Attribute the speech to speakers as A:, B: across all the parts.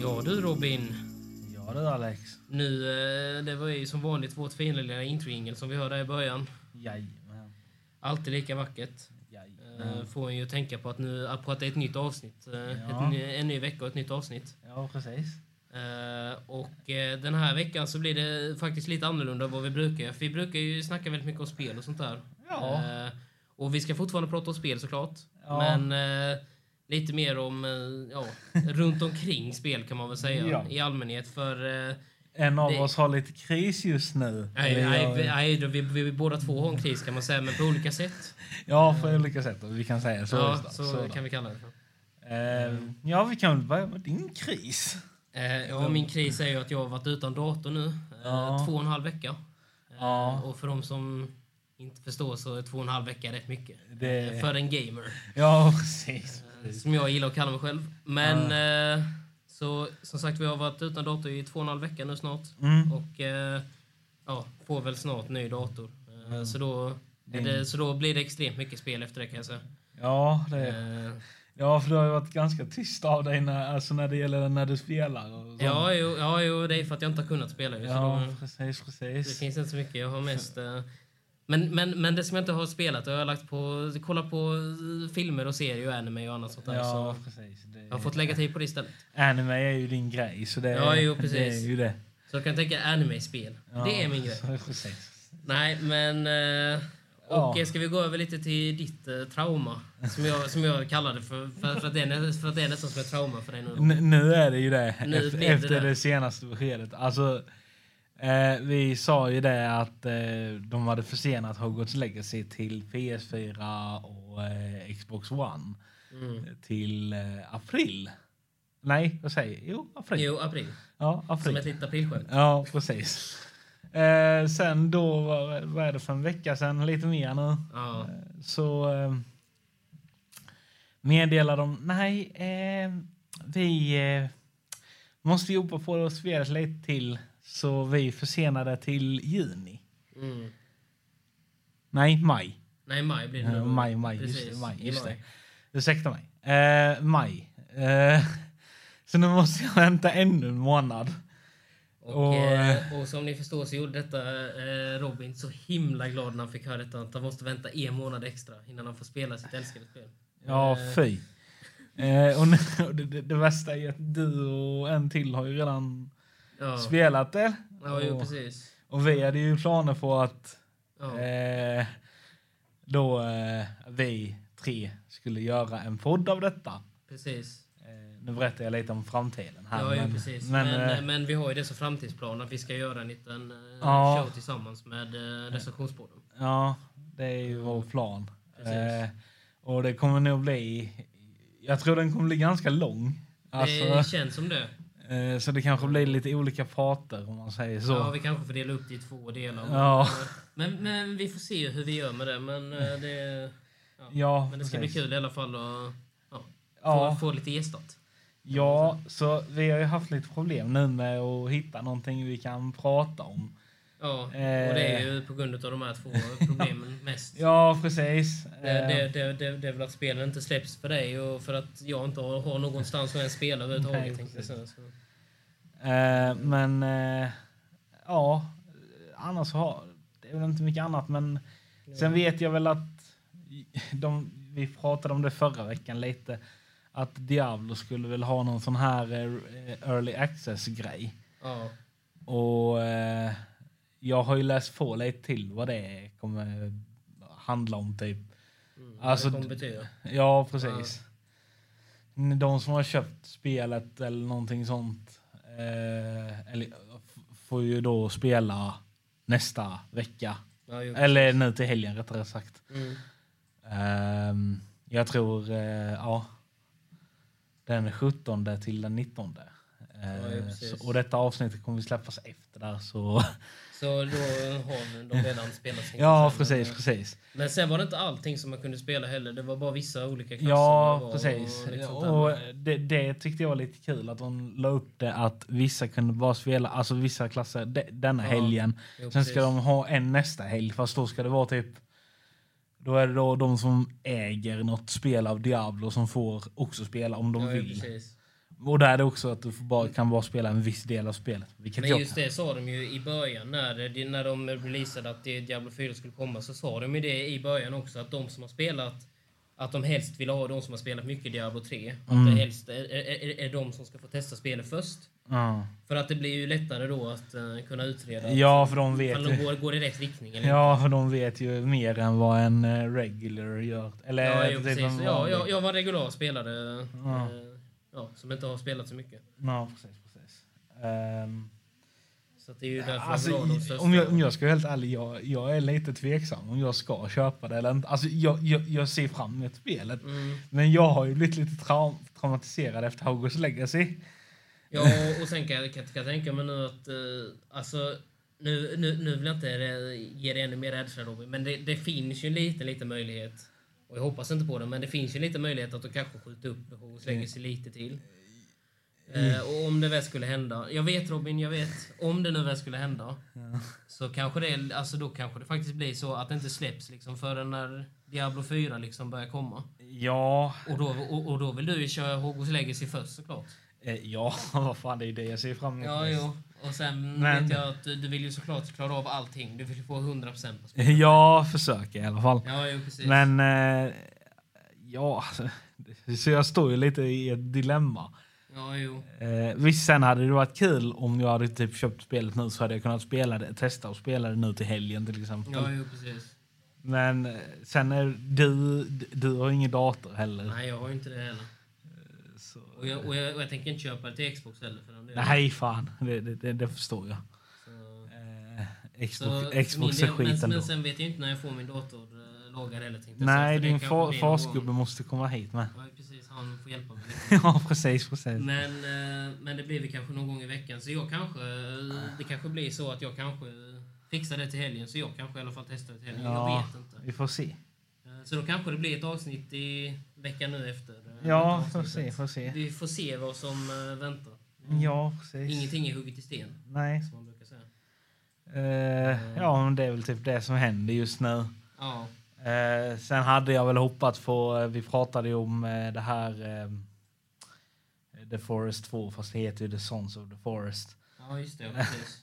A: Ja du Robin,
B: Ja du Alex.
A: nu, eh, det var ju som vanligt vårt fina lilla introjingel som vi hörde i början.
B: Jajamän.
A: Alltid lika vackert. Eh,
B: Jajamän.
A: Får en ju tänka på att nu att prata ett nytt avsnitt. eh,
B: Ja.
A: Ett, ny- en ny vecka och ett nytt avsnitt.
B: Ja precis.
A: Eh, Och eh, den här veckan så blir det faktiskt lite annorlunda än vad vi brukar. göra. För vi brukar ju snacka väldigt mycket om spel och sånt där.
B: Ja.
A: Eh, Och vi ska fortfarande prata om spel såklart.
B: Ja.
A: Men eh, lite mer om, eh, ja, runt omkring spel kan man väl säga
B: Ja.
A: i allmänhet. För eh,
B: En av
A: Det-
B: oss har lite kris just nu.
A: Nej,
B: Eller
A: nej,
B: jag-
A: vi- nej då, vi, vi, vi båda två har en kris kan man säga, men på olika sätt.
B: Ja på olika sätt. Vi kan säga så.
A: ja,
B: just det.
A: så
B: Så då.
A: kan vi kalla det för.
B: Ehm, ja vi kan väl börja med din kris.
A: Eh, ja, min kris är ju att jag har varit utan dator nu, eh,
B: Ja.
A: två och en halv vecka. Eh,
B: Ja.
A: Och för de som inte förstår så är två och en halv vecka rätt mycket.
B: Det-
A: Eh, för en gamer,
B: Ja precis.
A: eh, som jag gillar att kalla mig själv. Men eh, så, som sagt, vi har varit utan dator i två och en halv vecka nu snart.
B: Mm.
A: Och eh, ja, får väl snart ny dator. Eh, så, då är
B: Mm. Din-
A: det, så då blir det extremt mycket spel efter det kan jag säga.
B: Ja, det,
A: Eh,
B: ja för du har ju varit ganska tyst av dig när, alltså när det gäller när du spelar. Och sånt.
A: Ja, jo, ja, jo, det är för att jag inte har kunnat spela. ju, Så
B: ja
A: då,
B: precis
A: det
B: precis.
A: finns inte så mycket. Jag har mest... eh, Men, men, men det som jag inte har spelat det har jag lagt på... Kollat på eh, filmer och serier och anime och annat sånt där.
B: Ja
A: Så
B: precis. Det,
A: jag har fått lägga tid på det istället.
B: Anime är ju din grej så det,
A: Ja, jo, precis.
B: det är ju det.
A: Så du kan tänka anime-spel.
B: Ja,
A: Det är min grej.
B: så- Precis.
A: Nej, men... eh,
B: Ja.
A: Och eh, ska vi gå över lite till ditt eh, trauma? Som jag, som jag kallar det för. För, för, att det är, nä- för att det är nästan som ett trauma för dig nu.
B: N- nu är det ju det,
A: Nu
B: ef-
A: blev det
B: efter det,
A: det.
B: senaste beskedet. Alltså, eh, vi sa ju det att eh, de hade försenat Hogwarts Legacy till PS4 och eh, Xbox One
A: Mm.
B: till eh, april. Nej, vad säger jag? Jo, april.
A: Jo, april.
B: Ja,
A: Som
B: april.
A: ett litet aprilskämt.
B: Ja, precis. Eh, sen då, vad, vad är det för en vecka sen? Lite mer nu.
A: Ja.
B: så eh, meddelar de nej, eh, vi eh, måste jobba på att spela lite till så vi försenar det till juni.
A: Mm.
B: Nej, maj.
A: Nej, maj blir det
B: Eh,
A: nog.
B: maj, maj, just
A: Precis,
B: det. Maj,
A: i
B: just det. Ursäkta mig. Eh, maj. Eh, så nu måste jag vänta ännu en månad.
A: Och,
B: Och,
A: eh, och som ni förstår så gjorde detta eh, Robin så himla glad när han fick höra detta att han måste vänta en månad extra innan han får spela sitt älskade spel.
B: Ja,
A: Eh,
B: fy. Eh, och nu, och det, det, det värsta är ju att du och en till har ju redan
A: Ja,
B: spelat det.
A: ja jo,
B: Och-
A: precis.
B: Och vi hade ju planer på att
A: Ja.
B: eh, då eh, vi tre skulle göra en podd av detta.
A: Precis.
B: Eh, nu berättar jag lite om framtiden här.
A: Ja, jo, precis.
B: men,
A: Men, men,
B: eh,
A: men vi har ju det som framtidsplan att vi ska göra en liten eh,
B: Ja.
A: show tillsammans med eh, recensionspodden.
B: ja, det är ju vår plan.
A: Precis.
B: Eh, och det kommer nog bli... Jag tror den kommer bli ganska lång.
A: Det
B: Alltså,
A: känns som det.
B: eh, så det kanske blir lite olika parter om man säger så.
A: Ja, vi kanske får dela upp det i två delar.
B: Ja.
A: Men, men vi får se hur vi gör med det. Men, eh, det, ja.
B: Ja,
A: men det ska bli
B: precis.
A: kul i alla fall att ja,
B: Ja.
A: få, få lite gästat.
B: Ja, så vi har ju haft lite problem nu med att hitta någonting vi kan prata om.
A: Ja, och det är ju på grund av de här två problemen mest.
B: Eh. Ja, eh. precis.
A: Det, det, det, det, det är väl att spelen inte släpps för dig och för att jag inte har, har någonstans att ens spela
B: Nej,
A: överhuvudtaget. tänkte jag säga. Så,
B: Eh, men eh, ja, annars har det är väl inte mycket annat. Men sen vet jag väl att de, vi pratade om det förra veckan lite. Att Diablo skulle väl ha någon sån här eh, early access grej.
A: ja.
B: Och eh, jag har ju läst på lite till vad det kommer handla om typ.
A: Mm,
B: Alltså,
A: det kommer betyda.
B: Ja, precis. De som har köpt spelet eller någonting sånt eh, eller, f- får ju då spela nästa vecka.
A: Ja, jo.
B: Eller nu till helgen rättare sagt.
A: Mm.
B: Ehm, jag tror, eh, ja. Den 17 till den 19. Eh,
A: Ja, ja, precis.
B: så, och detta avsnittet kommer släppas efter där så.
A: Så då har de redan spelat sin
B: ja,
A: säsong.
B: precis, precis.
A: Men sen var det inte allting som man kunde spela heller. Det var bara vissa olika klasser. det
B: Ja,
A: var liksom
B: precis.
A: lite sånt där.
B: Och det, det tyckte jag var lite kul att hon la upp det att vissa kunde bara spela, alltså vissa klasser de, denna
A: Ja,
B: helgen.
A: jo,
B: Sen
A: precis.
B: ska de ha en nästa helg fast då ska det vara typ då är det då de som äger något spel av Diablo som får också spela om de
A: ja, ja,
B: vill.
A: precis.
B: Och där är det också att du får bara, kan bara spela en viss del av spelet. Vilket
A: Men
B: jag
A: just
B: kan.
A: det sa de ju i början när, det- när de releasade att det Diablo 4 skulle komma så sa de ju det i början också att de som har spelat att de helst vill ha de som har spelat mycket Diablo 3. Att
B: Mm.
A: det helst är, är, är, är de som ska få testa spelet först.
B: Ja.
A: För att det blir ju lättare då att eh, kunna utreda
B: ja, för de vet
A: om de
B: ju.
A: går, går i rätt riktning. Eller
B: Ja, för de vet ju mer än vad en eh, regular gör. Eller
A: Ja,
B: eh,
A: jo,
B: typ
A: precis.
B: en
A: Ja,
B: vanlig.
A: jag, jag var regular spelare
B: Ja.
A: eh, ja, som inte har spelat så mycket.
B: Ja, precis, precis. Ehm,
A: Så att det är ju därför
B: alltså,
A: jag vill ha de största.
B: om, jag, om jag ska vara helt ärlig, jag, jag är lite tveksam om jag ska köpa det eller inte. Alltså, jag, jag, jag ser fram emot spelet.
A: Mm.
B: Men jag har ju blivit lite traum- traumatiserad efter Hogwarts Legacy.
A: Ja, och- och sen kan jag, kan jag tänka mig nu att... eh, alltså, nu, nu, nu vill jag inte eh, ge dig ännu mer rädsla, Robin, men det, det finns ju en liten, liten möjlighet. Och jag hoppas inte på det, men det finns ju en liten möjlighet att de kanske skjuter upp och slänger sig lite till. Eh, och om det väl skulle hända. Jag vet Robin, jag vet. Om det nu väl skulle hända. Så kanske det, alltså då kanske det faktiskt blir så att det inte släpps liksom förrän när Diablo 4 liksom börjar komma.
B: Ja,
A: Och då, och, och då vill du ju köra Hogwarts Legacy först såklart.
B: eh, ja, vad fan, det är ju det jag ser fram emot.
A: Ja,
B: mest.
A: jo. Och sen
B: Men-
A: vet jag att du, du vill ju såklart klara av allting. Du vill ju få 100% på spel.
B: Jag försöker i alla fall.
A: Ja, jo, precis.
B: Men eh, ja, alltså, så jag står ju lite i ett dilemma.
A: Ja, jo.
B: Eh, visst, sen hade det varit kul om jag hade typ köpt spelet nu så hade jag kunnat spela det, testa och spela det nu till helgen till exempel.
A: Ja, jo, precis.
B: Men eh, sen är du, du har ju ingen dator heller.
A: Nej, jag har ju inte det heller.
B: Mm. Eh, Så,
A: Och jag, och jag, och jag tänker inte köpa det till Xbox heller. För den delen.
B: nej, fan. Det, det, det, det förstår jag.
A: Så,
B: Eh,
A: så
B: Xbox,
A: för min
B: Xbox är
A: del-
B: skit
A: men,
B: ändå.
A: men sen vet jag inte när jag får min dator eh, lagad heller. tänkte jag
B: Nej,
A: säga, för det
B: din
A: kanske
B: fa-
A: blir någon
B: fasgubbe
A: gång.
B: måste komma hit med.
A: Ja, precis. Han får hjälpa mig.
B: ja, precis, precis.
A: Men, eh, men det blir väl kanske någon gång i veckan. Så jag kanske...
B: Mm.
A: Det kanske blir så att jag kanske fixar det till helgen. Så jag kanske i alla fall testar det till helgen. Jag
B: Ja.
A: vet inte.
B: Vi får se.
A: Eh, Så då kanske det blir ett avsnitt i veckan nu efter. eh,
B: Ja,
A: avsnittet.
B: får se, får se.
A: Vi får se vad som eh, väntar.
B: Ja, precis.
A: Ingenting är hugget i sten,
B: Nej.
A: som man brukar säga.
B: Eh,
A: Mm.
B: ja, men det är väl typ det som händer just nu.
A: Ja,
B: Eh, sen hade jag väl hoppats på, eh, vi pratade ju om eh, det här eh, The Forest 2, fast det heter ju The Sons of the Forest.
A: ja just det. ja, Precis.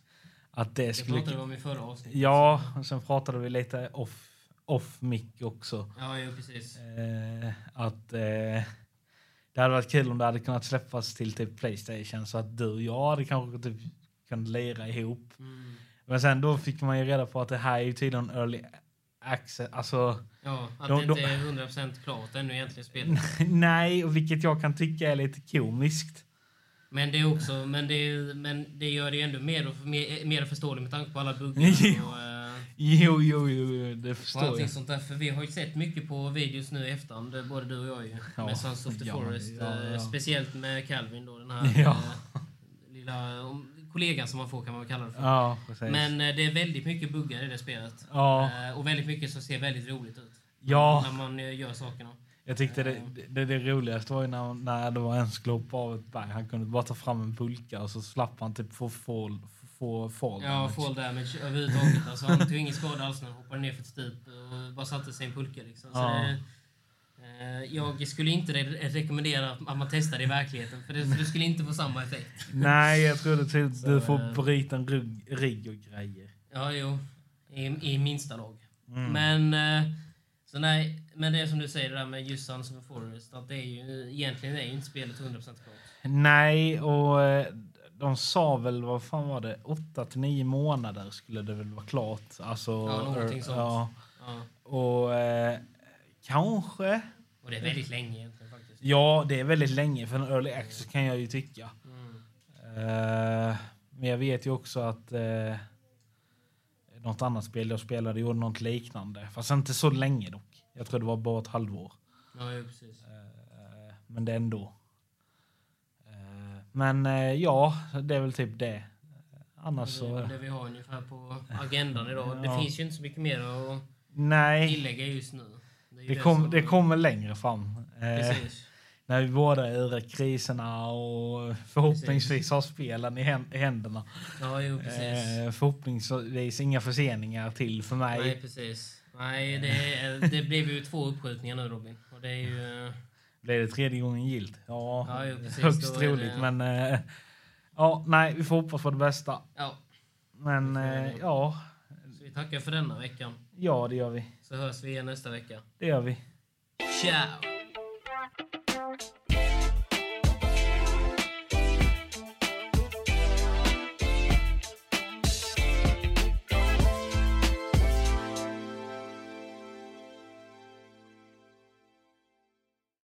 B: Att det
A: Det pratade vi
B: skulle...
A: om i förra avsnittet.
B: Ja, och sen pratade vi lite off, off mic också.
A: Ja, ja precis.
B: Eh, att eh, det hade varit kul om det hade kunnat släppas till typ Playstation så att du och jag hade kanske typ kunnat lira ihop.
A: Mm.
B: Men sen då fick man ju reda på att det här är ju tydligen early access. Alltså,
A: Ja, att
B: De-
A: det inte
B: de-
A: är 100% klart ännu egentligen spelet.
B: nej, och vilket jag kan tycka är lite komiskt.
A: Men det är också, men det, men det gör det ju ändå mer, och, mer, mer förståeligt med tanke på alla buggar och, eh,
B: Jo, jo, jo, jo det
A: och
B: förstår
A: allting
B: jag.
A: sånt där. För vi har ju sett mycket på videos nu i efterhand, eh, både du och jag ju,
B: Ja.
A: med Sons of the
B: Ja,
A: Forest.
B: ja,
A: eh,
B: ja.
A: Speciellt med Calvin då, den här
B: Ja.
A: eh, lilla om, kollegan som man får kan man väl kalla det för.
B: Ja, precis.
A: Men eh, det är väldigt mycket buggar i det spelet.
B: ja,
A: Eh, Och väldigt mycket som ser väldigt roligt ut.
B: ja,
A: När man eh, gör sakerna.
B: jag tyckte det, det, det roligaste var ju när, när det var en som skulle hoppa av ett berg. Han kunde bara ta fram en bulka och så slapp han typ få fall, få fall
A: Ja,
B: damage.
A: fall damage överhuvudtaget. Alltså, han tog ingen skada alls när han hoppade ner för ett stup och bara satte sig i en pulka. Liksom. Så
B: Ja.
A: det, eh, jag skulle inte re- rekommendera att man testar det i verkligheten för det, för det skulle inte få samma effekt.
B: Nej, jag tror det typ,
A: Så,
B: du
A: eh,
B: får bryta en rygg, rygg och grejer.
A: Ja, jo. I, i minsta lag.
B: Mm.
A: Men, eh, så nej, men det är som du säger, det där med just Sons of the Forest, att det är ju, egentligen är ju inte spelet 100% klart.
B: Nej, och eh, de sa väl, vad fan var det, 8 till 9 månader skulle det väl vara klart. Alltså,
A: Ja, någonting sånt.
B: Ja,
A: Ja.
B: och eh, kanske,
A: Och det är väldigt länge egentligen faktiskt.
B: ja det är väldigt länge för en early access kan jag ju tycka.
A: Mm.
B: Eh, men jag vet ju också att eh, något annat spel jag spelade gjorde något liknande. Fast inte så länge dock. Jag tror det var bara ett halvår.
A: Ja, jo, precis.
B: Eh, Men det är ändå. Eh, Men eh, ja, det är väl typ det. Annars
A: det är väl
B: så...
A: det vi har ungefär på agendan idag. Det
B: Ja.
A: finns ju inte så mycket mer att
B: Nej,
A: tillägga just nu. är ju
B: det, kom,
A: som-
B: det kommer längre fram. Eh,
A: Precis.
B: När vi båda är ur kriserna och förhoppningsvis har spelen i hän- i händerna.
A: Ja, jo, precis.
B: Eh, Förhoppningsvis inga förseningar till för mig.
A: Nej, precis. Nej, det, är- det blev ju två uppskjutningar nu, Robin. Och det är ju... eh,
B: Blir det tredje gången gilt? Ja,
A: Ja, jo, precis.
B: högst
A: Då är det-
B: troligt. Men eh, ja, nej, vi får hoppas på det bästa.
A: Ja,
B: Men
A: Vi får göra
B: eh,
A: det.
B: ja,
A: så vi tackar för denna veckan.
B: ja, det gör vi.
A: Så hörs vi igen nästa vecka.
B: Det gör vi.
A: Ciao!